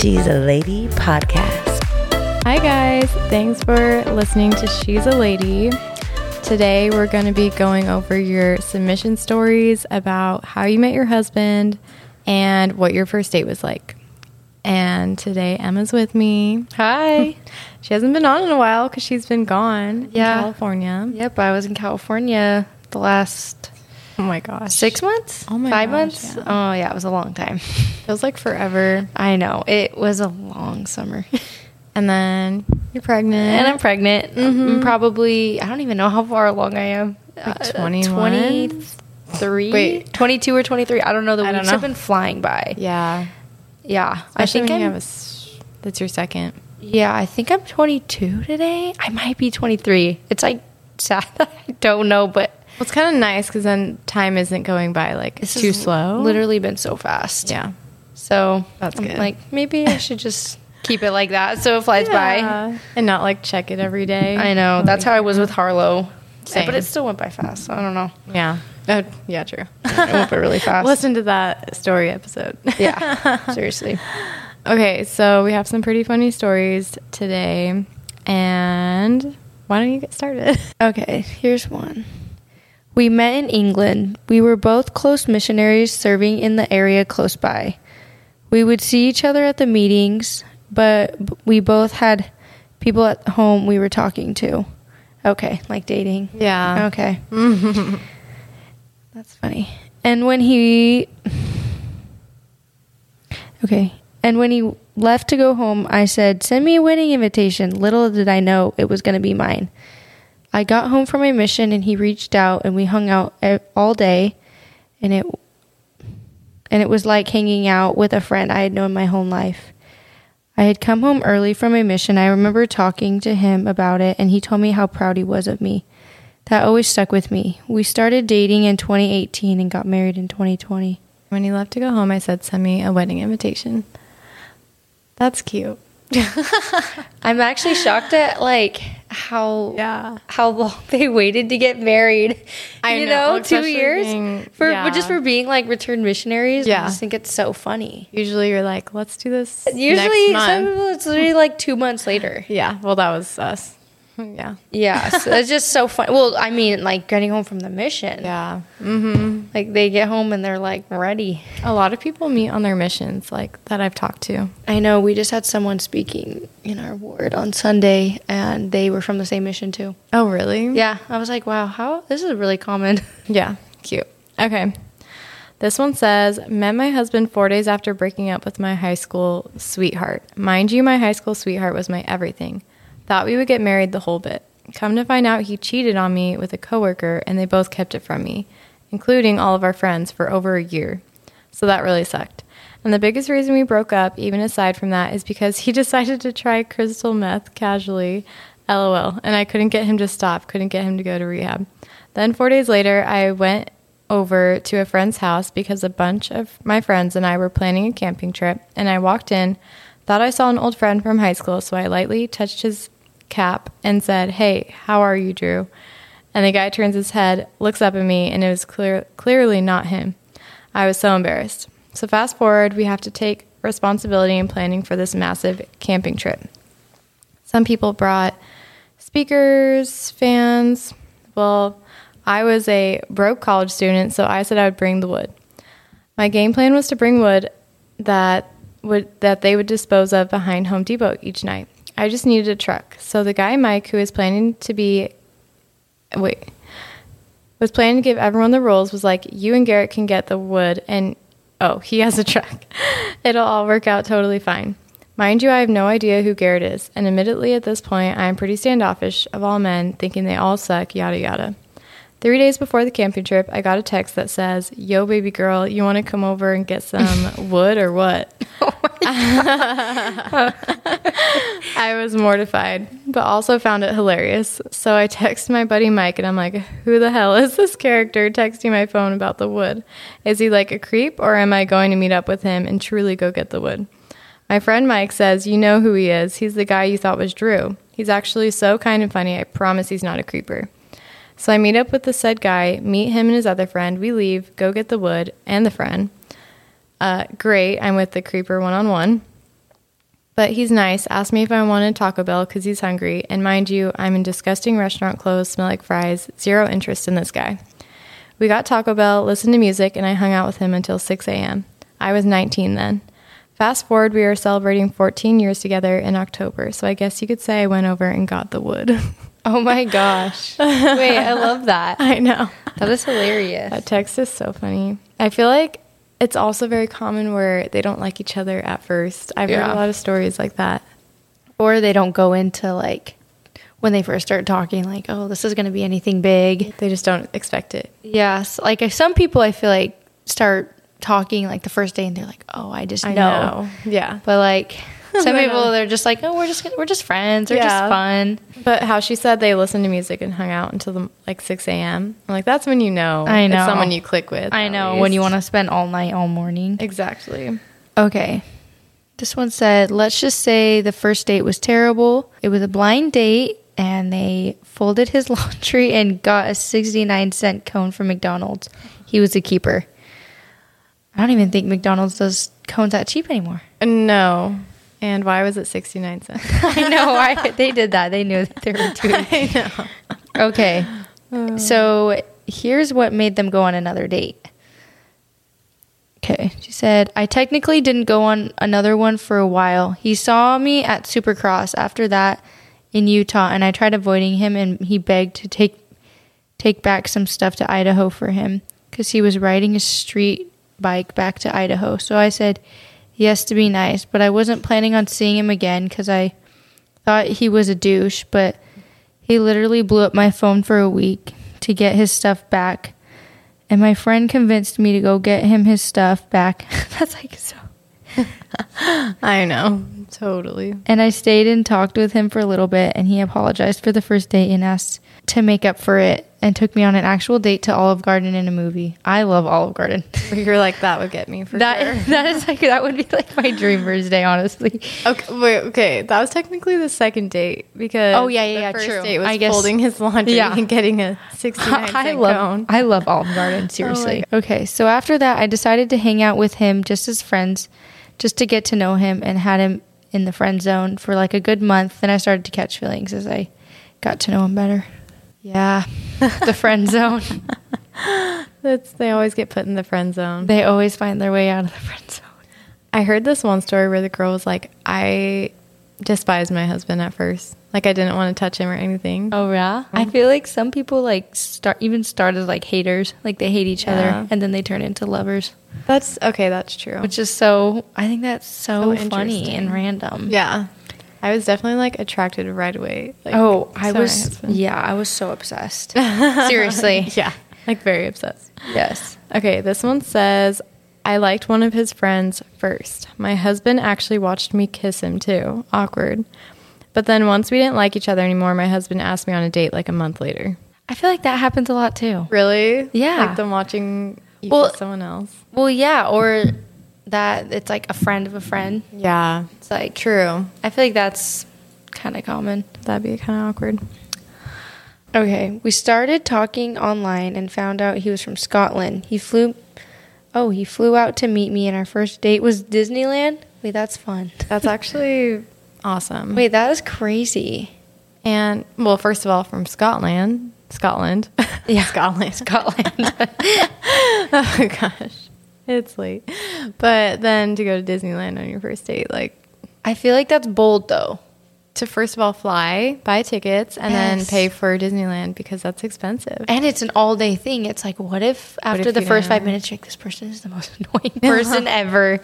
She's a Lady podcast. Hi, guys. Thanks for listening to She's a Lady. Today, we're going to be going over your submission stories about how you met your husband and what your first date was like. And today, Emma's with me. Hi. She hasn't been on in a while because she's been gone Yeah. in California. yep, I was in California the last Oh my gosh. six months, Oh my five gosh, months. yeah. Oh yeah, it was a long time. Feels like forever. I know it was a long summer, And then you're pregnant. and I'm pregnant. I'm probably I don't even know how far along I am. Mm-hmm. Like Uh, 21? 23? Wait. 22 or 23. I don't know. The I don't weeks have know. been flying by. Yeah. Yeah. I think when you I'm, have a s- that's your second. yeah, I think I'm 22 today. I might be 23. It's like sad. that I don't know, but Well, it's kind of nice because then time isn't going by like it's this too has slow. Literally been so fast. Yeah. So That's I'm good. like, maybe I should just keep it like that so it flies Yeah. And not like check it every day. by. I know. That's how I was with Harlow. Same. But it still went by fast. I don't know. Yeah. Oh, uh, yeah, true. It went by really fast. Listen to that story episode. Yeah. Seriously. okay, so we have some pretty funny stories today. And why don't you get started? Okay, here's one. We met in England. We were both close missionaries serving in the area close by. We would see each other at the meetings, but b- we both had people at home we were talking to. Okay, like dating. Yeah. Okay. That's funny. And when he Okay. And when he left to go home, I said, "Send me a wedding invitation." Little did I know it was going to be mine. I got home from my mission and he reached out and we hung out e- all day and it and it was like hanging out with a friend I had known my whole life. I had come home early from a mission. I remember talking to him about it, and he told me how proud he was of me. That always stuck with me. We started dating in 2018 and got married in 2020. When he left to go home, I said, send me a wedding invitation. That's cute. I'm actually shocked at like how Yeah. how long they waited to get married. I you know, know, two especially years being- for yeah. just for being like returned missionaries. Yeah. I just think it's so funny. Usually you're like, let's do this. Usually, next some month. people it's literally like two months later. Yeah, well, that was us. Yeah. Yeah, so it's just so fun. Well, I mean, like getting home from the mission. Yeah. Like they get home and they're like ready. A lot of people meet on their missions, like that I've talked to. I know we just had someone speaking in our ward on Sunday and they were from the same mission too. Oh, really? Yeah, I was like, wow, how this is really common. Yeah, cute. Okay. This one says, met my husband four days after breaking up with my high school sweetheart. Mind you, my high school sweetheart was my everything. Thought we would get married the whole bit. Come to find out, he cheated on me with a coworker, and they both kept it from me, including all of our friends, for over a year. So that really sucked. And the biggest reason we broke up, even aside from that, is because he decided to try crystal meth casually. LOL. And I couldn't get him to stop, couldn't get him to go to rehab. Then four days later, I went over to a friend's house because a bunch of my friends and I were planning a camping trip. And I walked in, thought I saw an old friend from high school, so I lightly touched his cap and said, Hey, how are you, Drew? And the guy turns his head, looks up at me, and it was clear, clearly not him. I was so embarrassed. So, fast forward, we have to take responsibility in planning for this massive camping trip. Some people brought speakers, fans. Well, I was a broke college student, so I said I would bring the wood. My game plan was to bring wood that would that they would dispose of behind Home Depot each night. I just needed a truck. So the guy Mike who is planning to be wait was planning to give everyone the rules was like you and Garrett can get the wood and oh he has a truck it'll all work out totally fine mind you I have no idea who Garrett is and admittedly at this point I am pretty standoffish of all men thinking they all suck yada yada three days before the camping trip I got a text that says yo baby girl you want to come over and get some wood or what I was mortified, but also found it hilarious. So I text my buddy Mike and I'm like, who the hell is this character texting my phone about the wood? Is he like a creep or am I going to meet up with him and truly go get the wood? My friend Mike says, You know who he is. He's the guy you thought was Drew. He's actually so kind and funny. I promise he's not a creeper. So I meet up with the said guy, meet him and his other friend. We leave, go get the wood and the friend. Uh, great. I'm with the creeper one on one. But he's nice, asked me if I wanted Taco Bell because he's hungry. And mind you, I'm in disgusting restaurant clothes, smell like fries, zero interest in this guy. We got Taco Bell, listened to music, and I hung out with him until 6 a.m. I was 19 then. Fast forward, we are celebrating 14 years together in October, so I guess you could say I went over and got the wood. Oh my gosh. Wait, I love that. I know. That is hilarious. That text is so funny. I feel like it's also very common where they don't like each other at first. I've heard a Yeah. lot of stories like that. Or they don't go into like when they first start talking, like, oh, this is going to be anything big. They just don't expect it. Yes. Like if some people I feel like start talking like the first day and they're like, oh, I just I know. know. Yeah. But like some I people, know. they're just like, oh, we're just we're just friends. We're Yeah. just fun. But how she said they listened to music and hung out until the, like 6 a.m. I'm like, that's when you know. I know. It's someone you click with. I at know when you least. want to spend all night, all morning. Exactly. Okay. This one said, let's just say the first date was terrible. It was a blind date, and they folded his laundry and got a 69 cent cone from McDonald's. He was a keeper. I don't even think McDonald's does cones that cheap anymore. No. And why was it 69 cents? I know why they did that. They knew that they were doing. I know. Okay. So here's what made them go on another date. Okay. She said, I technically didn't go on another one for a while. He saw me at Supercross after that in Utah, and I tried avoiding him, and he begged to take take back some stuff to Idaho for him because he was riding a street bike back to Idaho. So I said yes to be nice, but I wasn't planning on seeing him again because I thought he was a douche, but he literally blew up my phone for a week to get his stuff back. And my friend convinced me to go get him his stuff back. That's like so. I know. Totally. And I stayed and talked with him for a little bit, and he apologized for the first date and asked to make up for it and took me on an actual date to Olive Garden and a movie. I love Olive Garden. You're like, that would get me for That that is like that would be like my dream first day, honestly. sure. Okay, wait, okay. That was technically the second date because Oh, yeah, yeah, the yeah, first true. date was I guess- folding his laundry Yeah. and getting a 69 cent I love cone. I love Olive Garden seriously. okay, so after that, I decided to hang out with him just as friends, just to get to know him, and had him in the friend zone for like a good month. Then I started to catch feelings as I got to know him better. Yeah, the friend zone. That's they always get put in the friend zone. They always find their way out of the friend zone. I heard this one story where the girl was like, I despised my husband at first. Like I didn't want to touch him or anything. Oh yeah. I feel like some people like start even start as like haters, like they hate each Yeah. other, and then they turn into lovers. That's okay, that's true. which is so I think that's so, So funny interesting. and random. yeah. I was definitely like attracted right away. Like, oh, I to my was husband. yeah, I was so obsessed. Seriously. Yeah. Like very obsessed. Yes. Okay, this one says, I liked one of his friends first. My husband actually watched me kiss him too. Awkward. But then once we didn't like each other anymore, my husband asked me on a date like a month later. I feel like that happens a lot too. Really? Yeah. Like them watching you Well- kiss someone else. Well, yeah, or that it's like a friend of a friend. Yeah. It's like True. I feel like that's kind of common. That'd be kind of awkward. Okay, we started talking online and found out he was from Scotland. He flew Oh, he flew out to meet me and our first date was Disneyland. Wait, that's fun. That's actually awesome. Wait, that is crazy. And well, first of all, from Scotland, Scotland, Yeah. Scotland. Scotland. oh gosh, it's late. But then to go to Disneyland on your first date, like I feel like that's bold though. to first of all fly, buy tickets, and then Yes. pay for Disneyland because that's expensive. And it's an all day thing. It's like, what if after if the you first don't- five minutes, you're like, this person is the most annoying person ever?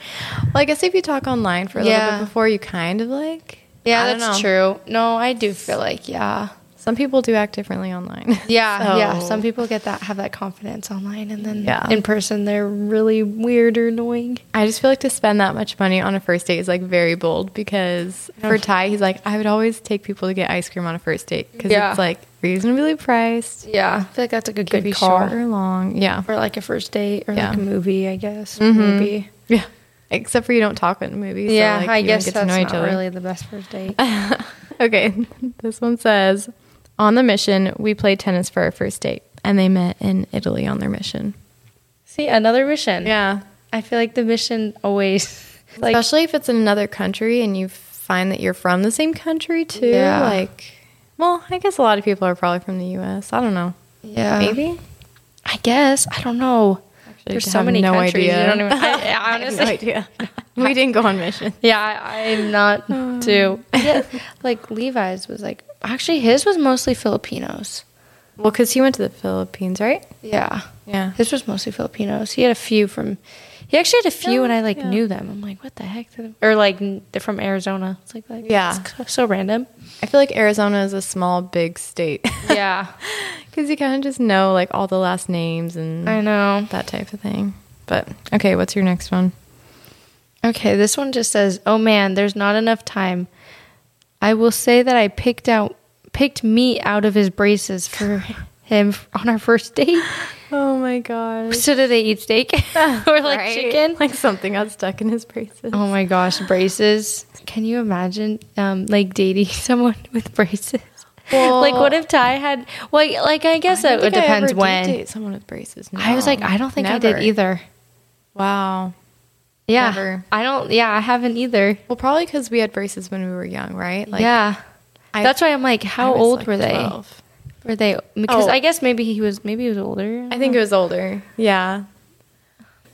Well, I guess if you talk online for a Yeah. little bit before, you kind of like. I Yeah, don't that's know. true. No, I do feel like, yeah. Some people do act differently online. Yeah, Oh. yeah. So- Some people get that, have that confidence online, and then Yeah. in person, they're really weird or annoying. I just feel like to spend that much money on a first date is like very bold because for Ty, he's like, I would always take people to get ice cream on a first date because Yeah. it's like reasonably priced, Yeah, I feel like that's like a could good be call short or long. Yeah. for like a first date or Yeah. like a movie, I guess. Maybe. Yeah. Except for you don't talk in movies. Mm-hmm. yeah, so like, I you don't guess get that's to know not each other. really the best first date. Okay. this one says On the mission, we played tennis for our first date and they met in Italy on their mission. See, another mission. Yeah. I feel like the mission always like Especially if it's in another country and you find that you're from the same country too. Yeah. Like, well, I guess a lot of people are probably from the U.S. I don't know. Yeah. Maybe. I guess. I don't know. There's so have many no countries. idea. You don't even, I, I I have honestly. no idea. we didn't go on mission. Yeah, I, I'm not too. uh, Yeah, like Levi's was like actually his was mostly Filipinos. Well, because he went to the Philippines, right? Yeah, Yeah. his was mostly Filipinos. He had a few from. He actually had a few, Yeah, and I like yeah. knew them. I'm like, what the heck? Did or like n- they're from Arizona. It's like, like Yeah. it's so- so random. I feel like Arizona is a small, big state. Yeah, Because you kind of just know like all the last names and I know. that type of thing. But okay, what's your next one? Okay, this one just says, "Oh man, there's not enough time." I will say that I picked out picked me out of his braces for him on our first date. Oh my gosh. So do they eat steak or like chicken? Like something got stuck in his braces. Oh my gosh, braces! Can you imagine um, like dating someone with braces? Well- like, what if Ty had? Well, like, I guess it, it depends when. date someone with braces. I was like, I don't think I did either. Wow. Yeah, Never. I don't. Yeah, I haven't either. Well, probably because we had braces when we were young, right? yeah, I- that's why I'm like, how I was, old like, were they? 12. Were they? Because Oh. I guess maybe he was. Maybe he was older. I think it was older. Yeah.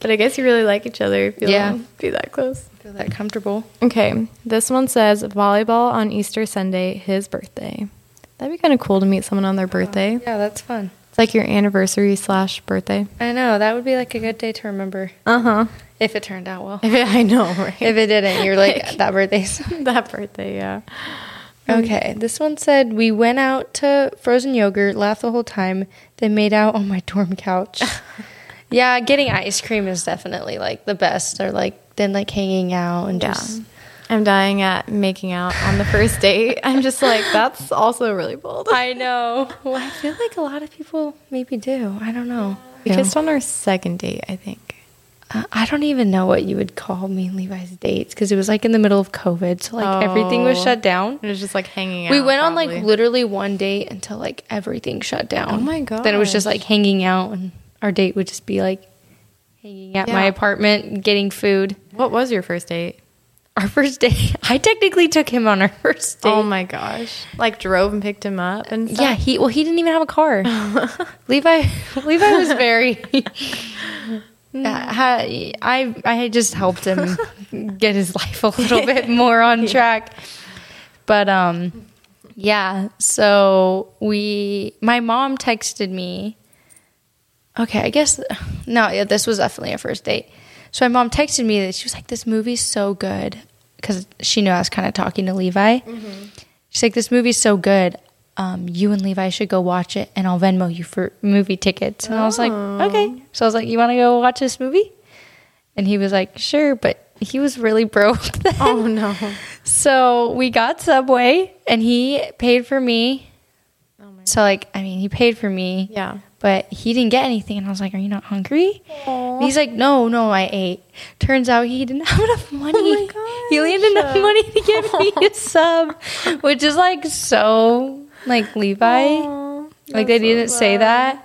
But I guess you really like each other if you Yeah. don't be that close. feel that comfortable. Okay. This one says volleyball on Easter Sunday, his birthday. That'd be kind of cool to meet someone on their birthday. Uh-huh. Yeah, that's fun. It's like your anniversary slash birthday. I know that would be like a good day to remember Uh huh. if it turned out well. I know, right? Uh-huh. If it didn't, you're like Like- that birthday's. that birthday, yeah. Okay, this one said we went out to frozen yogurt, laughed the whole time, then made out on my dorm couch. yeah, getting ice cream is definitely like the best. Or like then like hanging out and Yeah. just I'm dying at making out on the first date. I'm just like, that's also really bold. I know. Well, I feel like a lot of people maybe do. I don't know. We kissed on our second date, I think. Uh, I don't even know what you would call me and Levi's dates because it was like in the middle of COVID, so like everything was Oh. shut down. It was just like hanging out. we went on like probably. literally one date until like everything shut down. Oh my Then it was just gosh. like hanging out, and our date would just be like hanging at my Yeah. apartment, getting food. What was your first date? Our first date, I technically took him on our first date. Oh my gosh. Like drove and picked him up and stuff. Yeah, he well he didn't even have a car. Levi Levi was very Uh, ha- I I had just helped him get his life a little bit more on track. But um yeah, so we my mom texted me Okay, I guess no, yeah, this was definitely a first date. So my mom texted me that she was like, "This movie's so good," because she knew I was kind of talking to Levi. She's like, "This movie's so good. Um, you and Levi should go watch it, and I'll Venmo you for movie tickets." And I was like, "Okay." So I was like, "You want to go watch this movie?" And he was like, "Sure," but he was really broke then. Oh no. So we got Subway, and he paid for me. Oh my So like, I mean, he paid for me Yeah. but he didn't get anything. And I was like, Are you not hungry? And he's like, No, no, I ate. Turns out he didn't have enough money. Oh my he only had gosh. enough money to get me a sub, which is like so like Levi. Aw, Like that's so they didn't say sad. that.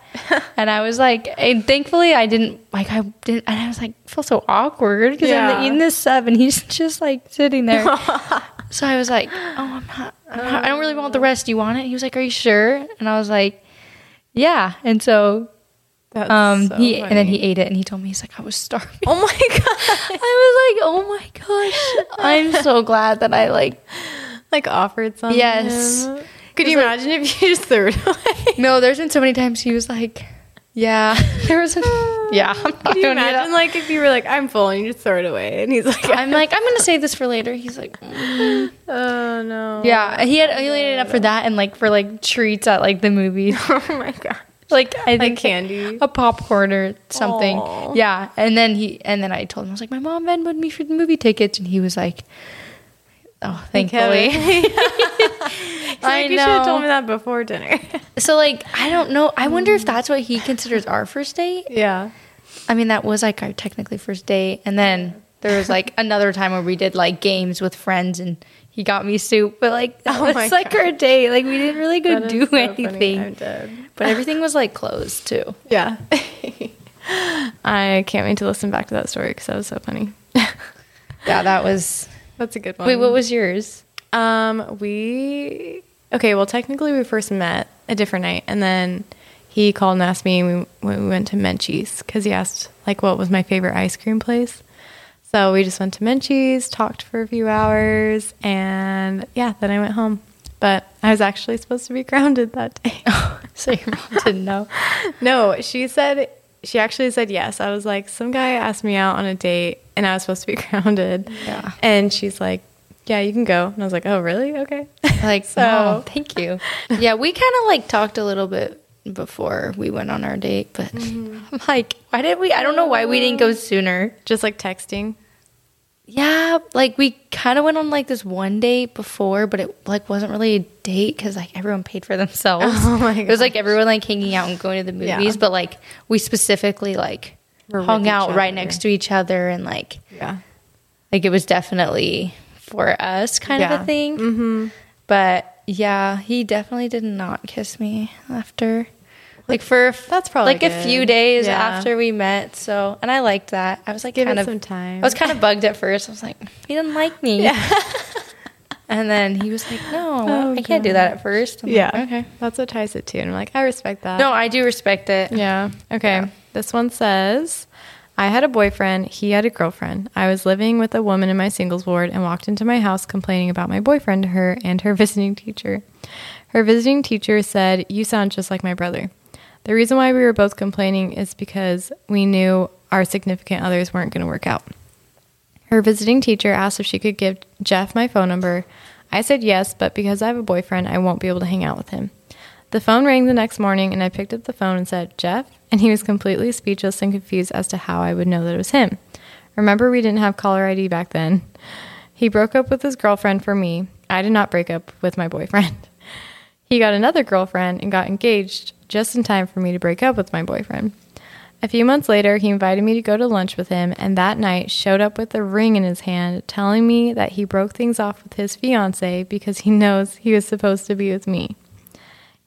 And I was like, and thankfully I didn't like I didn't and I was like feel so awkward because I'm Yeah. eating this sub and he's just like sitting there. so I was like, oh, I'm not, I'm not I don't really Oh. want the rest. Do you want it? He was like, are you sure? And I was like, yeah. And so That's um so he and then he funny. ate it and he told me he's like I was starving. Oh my god. I was like, "Oh my gosh. I'm so glad that I like like offered something. Yes. Could you imagine if you just threw it away? No, there's been so many times he was like, yeah, there was a yeah, I'm not Could you gonna eat imagine it. like if you were like, I'm full and you just throw it away and he's like I'm like, I'm gonna save this for later. He's like, "Mm." Oh no. yeah, he had he only ended up for that and like for like treats at like the movie, Oh my god. Oh, like I think candy? a popcorn or something. Aw. Yeah, and then he and then I told him I was like, my mom Venmoed me for the movie tickets, and he was like, oh, thankfully. I I like, You should have told know. me that before dinner. So like, I don't know. I wonder Mm. if that's what he considers our first date. yeah. I mean, that was like our technically first date. And then there was like another time where we did like games with friends and he got me soup. But like, that Oh my was like our date. Like, we didn't really go That is do so funny. I'm anything. dead. But everything was like closed too. Yeah. I can't wait to listen back to that story because that was so funny. Yeah, that was That's a good one. Wait, what was yours? Um, we okay. Well, technically, we first met a different night, and then he called and asked me, and we, we went to Menchie's because he asked like what was my favorite ice cream place. So we just went to Menchie's, talked for a few hours, and yeah, then I went home. But I was actually supposed to be grounded that day. So your mom didn't know. no, she said she actually said yes. I was like, some guy asked me out on a date, and I was supposed to be grounded. Yeah. And she's like, yeah, you can go. And I was like, oh, really? Okay. Like, So- so thank you. Yeah, we kind of like talked a little bit before we went on our date, but Mm-hmm. I'm like, why did we? I don't know why we didn't go sooner. just like texting. Yeah, like we kind of went on like this one date before, but it like wasn't really a date because like everyone paid for themselves. Oh my It was like everyone like hanging out and going to the Yeah. movies, but like we specifically like Were with hung each out right other. next to each other and like Yeah. like it was definitely for us kind of Yeah. a thing. Mm-hmm. But yeah, he definitely did not kiss me after. Like for a f- That's probably like good. a few days Yeah. after we met, so and I liked that. I was like Give kind it of some time. I was kind of bugged at first. I was like, he didn't like me. and then he was like, no, Oh, I can't do that at 1st I'm like, Yeah. okay. That's what ties it to. And I'm like, I respect that. No, I do respect it. Yeah. Okay. This one says, I had a boyfriend. He had a girlfriend. I was living with a woman in my singles ward and walked into my house complaining about my boyfriend to her and her visiting teacher. Her visiting teacher said, You sound just like my brother. The reason why we were both complaining is because we knew our significant others weren't going to work out. Her visiting teacher asked if she could give Jeff my phone number. I said yes, but because I have a boyfriend, I won't be able to hang out with him. The phone rang the next morning, and I picked up the phone and said, Jeff? And he was completely speechless and confused as to how I would know that it was him. Remember, we didn't have caller ID back then. He broke up with his girlfriend for me. I did not break up with my boyfriend. He got another girlfriend and got engaged just in time for me to break up with my boyfriend. A few months later, he invited me to go to lunch with him, and that night showed up with a ring in his hand, telling me that he broke things off with his fiance because he knows he was supposed to be with me.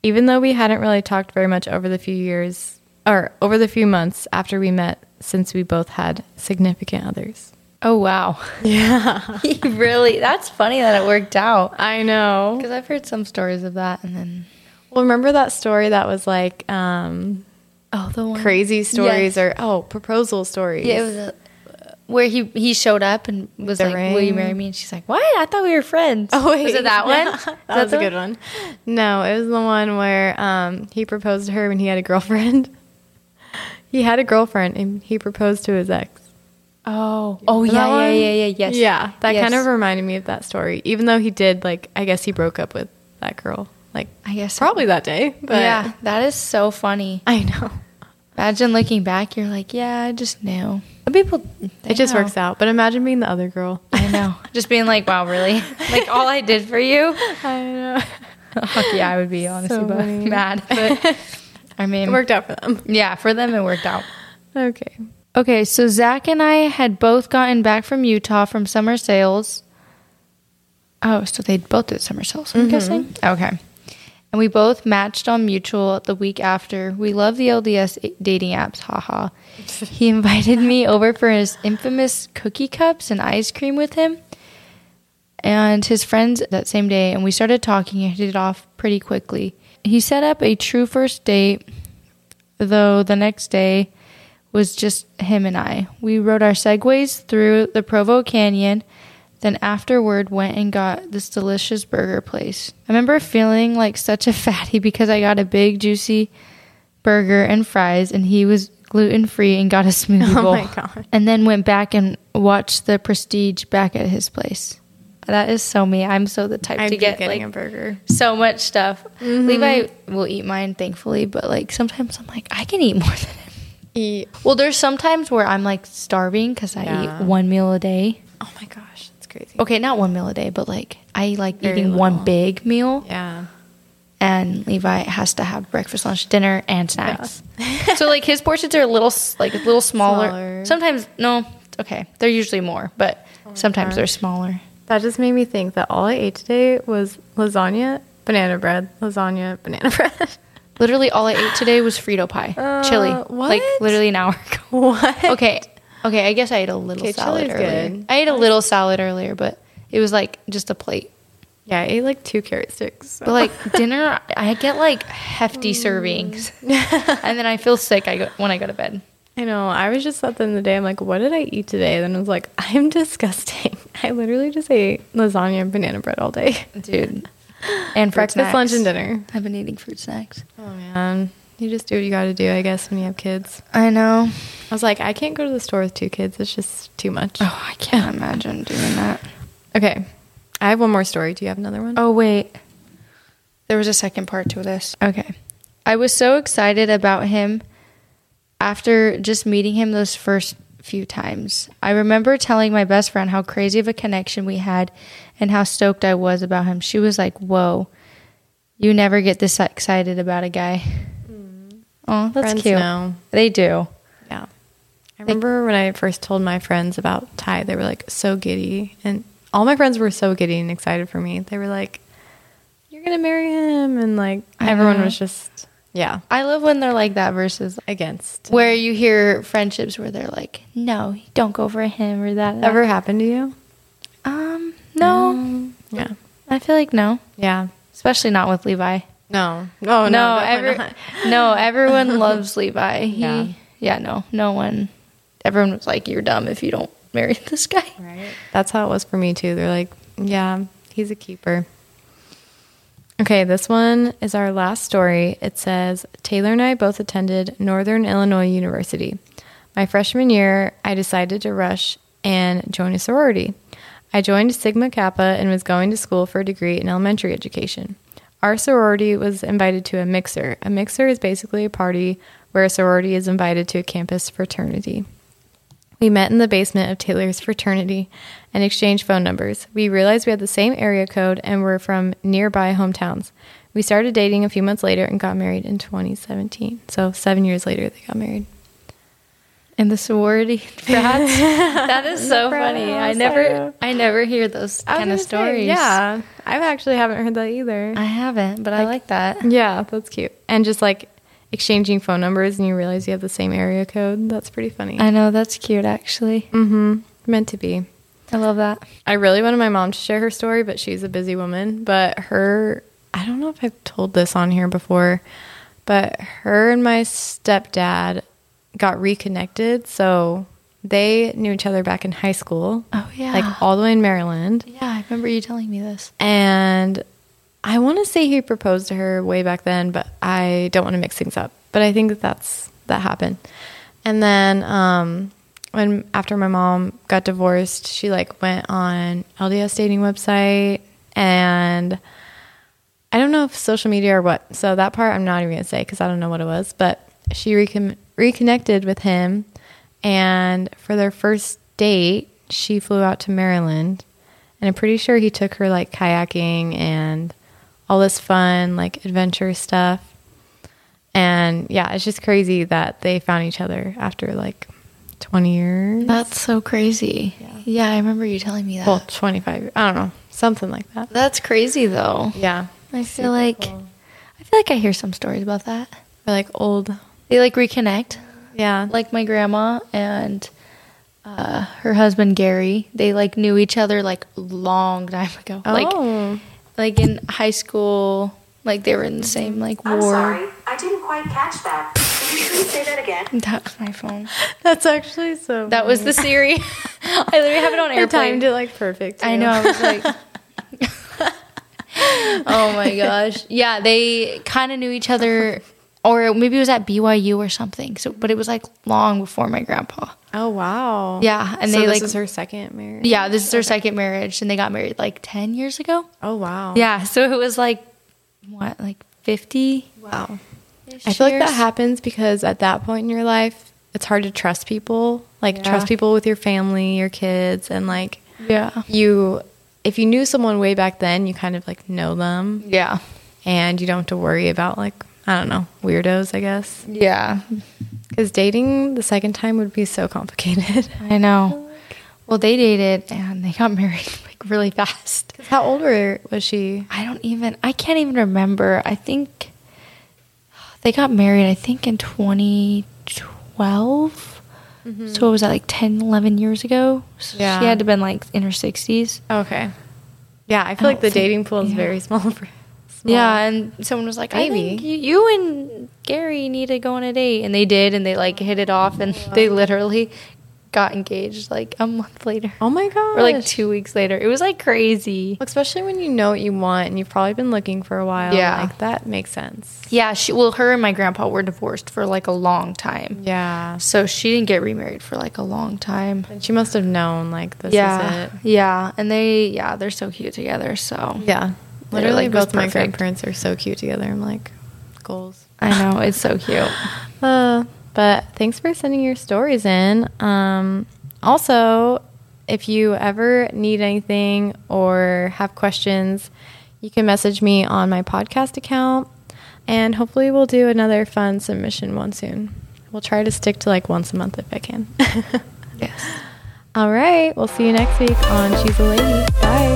Even though we hadn't really talked very much over the few years or over the few months after we met, since we both had significant others. Oh, wow. Yeah. he really, that's funny that it worked out. I know. Because I've heard some stories of that and then. Well, remember that story that was like um, Oh, the one. crazy stories Yes. or oh proposal stories. Yeah, it was a, where he he showed up and was The like, "Will you ring. marry me?" And she's like, "What? I thought we were friends." Oh, wait. was it that Yeah. one? Is that, was the a good one. No, it was the one where um, he proposed to her when he had a girlfriend. he had a girlfriend and he proposed to his ex. Oh, oh yeah, That yeah, one? yeah, yeah, yes, Yeah, that Yes. kind of reminded me of that story. Even though he did, like, I guess he broke up with that girl. Like, I guess so. probably that day. But yeah, that is so funny. I know Imagine looking back, you're like, "Yeah, I just knew." Some people, they it just know. works out. But imagine being the other girl. I know. just being like, "Wow, really?" like all I did for you. I know yeah, I would be honestly So bu- funny. mad, but I mean, it worked out for them. yeah, for them it worked out. Okay. Okay, so Zach and I had both gotten back from Utah from summer sales. Oh, so they both did summer sales, I'm guessing? Okay. And we both matched on Mutual the week after. We love the LDS i- dating apps, haha. he invited me over for his infamous cookie cups and ice cream with him and his friends that same day, and we started talking and hit it off pretty quickly. He set up a true first date, though the next day was just him and I. We rode our segways through the Provo Canyon, then afterward went and got this delicious burger place. I remember feeling like such a fatty because I got a big, juicy burger and fries, and he was gluten free and got a smoothie Oh bowl. my God. And then went back and watched the Prestige back at his place. That is so me. I'm so the type I'd to be get getting like a Mm-hmm. burger. so much stuff. Levi will eat mine, thankfully, but like sometimes I'm like I can eat more than him. Eat. Well, there's some times where I'm like starving because I Yeah. eat one meal a day. Oh my gosh, that's crazy. Okay, not one meal a day, but like I like Very eating little. one big meal, Yeah. and Levi has to have breakfast, lunch, dinner, and snacks. so like his portions are a little s- like a little smaller. Smaller. Sometimes no, okay, they're usually more, but sometimes they're smaller. That just made me think that all I ate today was lasagna, banana bread, lasagna, banana bread. Literally, all I ate today was Frito pie, chili, Uh, what? like literally an hour ago. what? Okay. Okay, I guess I ate a little Okay, salad chili's earlier. good. I ate a little salad earlier, but It was like just a plate. Yeah, I ate like two carrot sticks. so. But like dinner, I get like hefty servings, Mm. and then I feel sick. I go when I go to bed. I know. I was just at the end of the day. I'm like, what did I eat today? Then I was like, I'm disgusting. I literally just ate lasagna and banana bread all day. dude. And fruit Breakfast, snacks. lunch, and dinner. I've been eating fruit snacks. Oh man, you just do what you got to do, I guess, when you have kids. I know. I was like, I can't go to the store with two kids. It's just too much. Oh, I can't imagine doing that. Okay, I have one more story. Do you have another one? Oh wait, there was a second part to this. Okay, I was so excited about him after just meeting him those first few times. I remember telling my best friend how crazy of a connection we had and how stoked I was about him. She was like, "Whoa, you never get this excited about a guy." Oh, that's Mm-hmm. Friends cute. know. They do. Yeah. I remember when I first told my friends about Ty, they were like so giddy. And all my friends were so giddy and excited for me. They were like, You're going to marry him. And like I everyone know. was just, yeah, I love when they're like that versus against. where you hear friendships where they're like, "No, don't go for him" or that. that. Ever happened to you? Um, no. Yeah. I feel like no, Yeah. especially not with Levi. No. Oh, No, no. Oh, no, definitely every, not. no, everyone loves Levi. He, Yeah. yeah, no, no one. Everyone was like, "You're dumb if you don't marry this guy." That's how it was for me too. They're like, yeah, he's a keeper. Okay, this one is our last story. It says Taylor and I both attended Northern Illinois University. My freshman year, I decided to rush and join a sorority. I joined Sigma Kappa and was going to school for a degree in elementary education. Our sorority was invited to a mixer. A mixer is basically a party where a sorority is invited to a campus fraternity. We met in the basement of Taylor's fraternity and exchanged phone numbers. We realized we had the same area code and were from nearby hometowns. We started dating a few months later and got married in 2017. So, seven years later, they got married. And the sorority frats. that is so funny. I Frats, I know. never, I never hear those kind of stories. yeah. I actually haven't heard that either. I haven't, but I like that. Yeah, that's cute. And just like exchanging phone numbers and you realize you have the same area code. That's pretty funny. I know that's cute. Actually, mm-hmm. Meant to be. I love that. I really wanted my mom to share her story, but she's a busy woman. But her, I don't know if I've told this on here before, but her and my stepdad got reconnected. So they knew each other back in high school. Oh, yeah. Like all the way in Maryland. Yeah, I remember you telling me this. And I want to say he proposed to her way back then, but I don't want to mix things up. But I think that that's that happened. And then um, when after my mom got divorced, she like went on LDS dating website and I don't know if social media or what. So that part I'm not even gonna say because I don't know what it was. But she recon- reconnected with him, and for their first date, she flew out to Maryland, and I'm pretty sure he took her like kayaking and all this fun like adventure stuff. And yeah, it's just crazy that they found each other after like 20 years. That's so crazy. Yeah. Yeah, I remember you telling me that. well, 25. years. I don't know, something like that. That's crazy though. Yeah, I feel Super like cool. I feel like I hear some stories about that. Or, like old. They like reconnect. Yeah, Like my grandma and uh, her husband Gary, they like knew each other like long time ago. Like oh. like in high school, like they were in the same like I'm ward. sorry, I didn't quite catch that. Could you please say that again? That was my phone. That's actually so. That was the Siri. I literally have it on I airplane. timed it like perfect. I too. know. I was like, oh my gosh. Yeah, they kind of knew each other, or maybe it was at BYU or something. So, but it was like long before my grandpa. Oh wow. Yeah, and so they this like, is her second marriage. yeah, this is their second marriage, and they got married like ten years ago. Oh wow. Yeah, so it was like what, like fifty? Wow. I feel like that happens because at that point in your life, it's hard to trust people. Like Yeah. trust people with your family, your kids, and like Yeah, you. If you knew someone way back then, you kind of like know them, yeah, and you don't have to worry about like I don't know weirdos. I guess yeah. because dating the second time would be so complicated. I know. Well, they dated and they got married like really fast. How old were, was she? I don't even I can't even remember. I think they got married I think in 2012. Mm-hmm. So what was that like 10 11 years ago? So Yeah. she had to been like in her 60s. Okay. Yeah, I feel I like the don't think- dating pool is yeah. very small. For, small. Yeah, and someone was like, "I Maybe. think you, you and Gary need to go on a date," and they did, and they like hit it off, and they literally got engaged like a month later, Oh my god. or like two weeks later. It was like crazy. Especially when you know what you want and you've probably been looking for a while. Yeah. Like that makes sense. Yeah, she, well, her and my grandpa were divorced for like a long time, Yeah. so she didn't get remarried for like a long time. And she must have known like this yeah, is it. yeah, and they yeah they're so cute together. So Yeah. They're, Literally like, both my perfect. grandparents are so cute together. I'm like, goals. I know it's so cute. Uh, but thanks for sending your stories in. Um, also, if you ever need anything or have questions, you can message me on my podcast account. And hopefully, we'll do another fun submission one soon. We'll try to stick to like once a month if I can. Yes. All right. We'll see you next week on She's a Lady. Bye.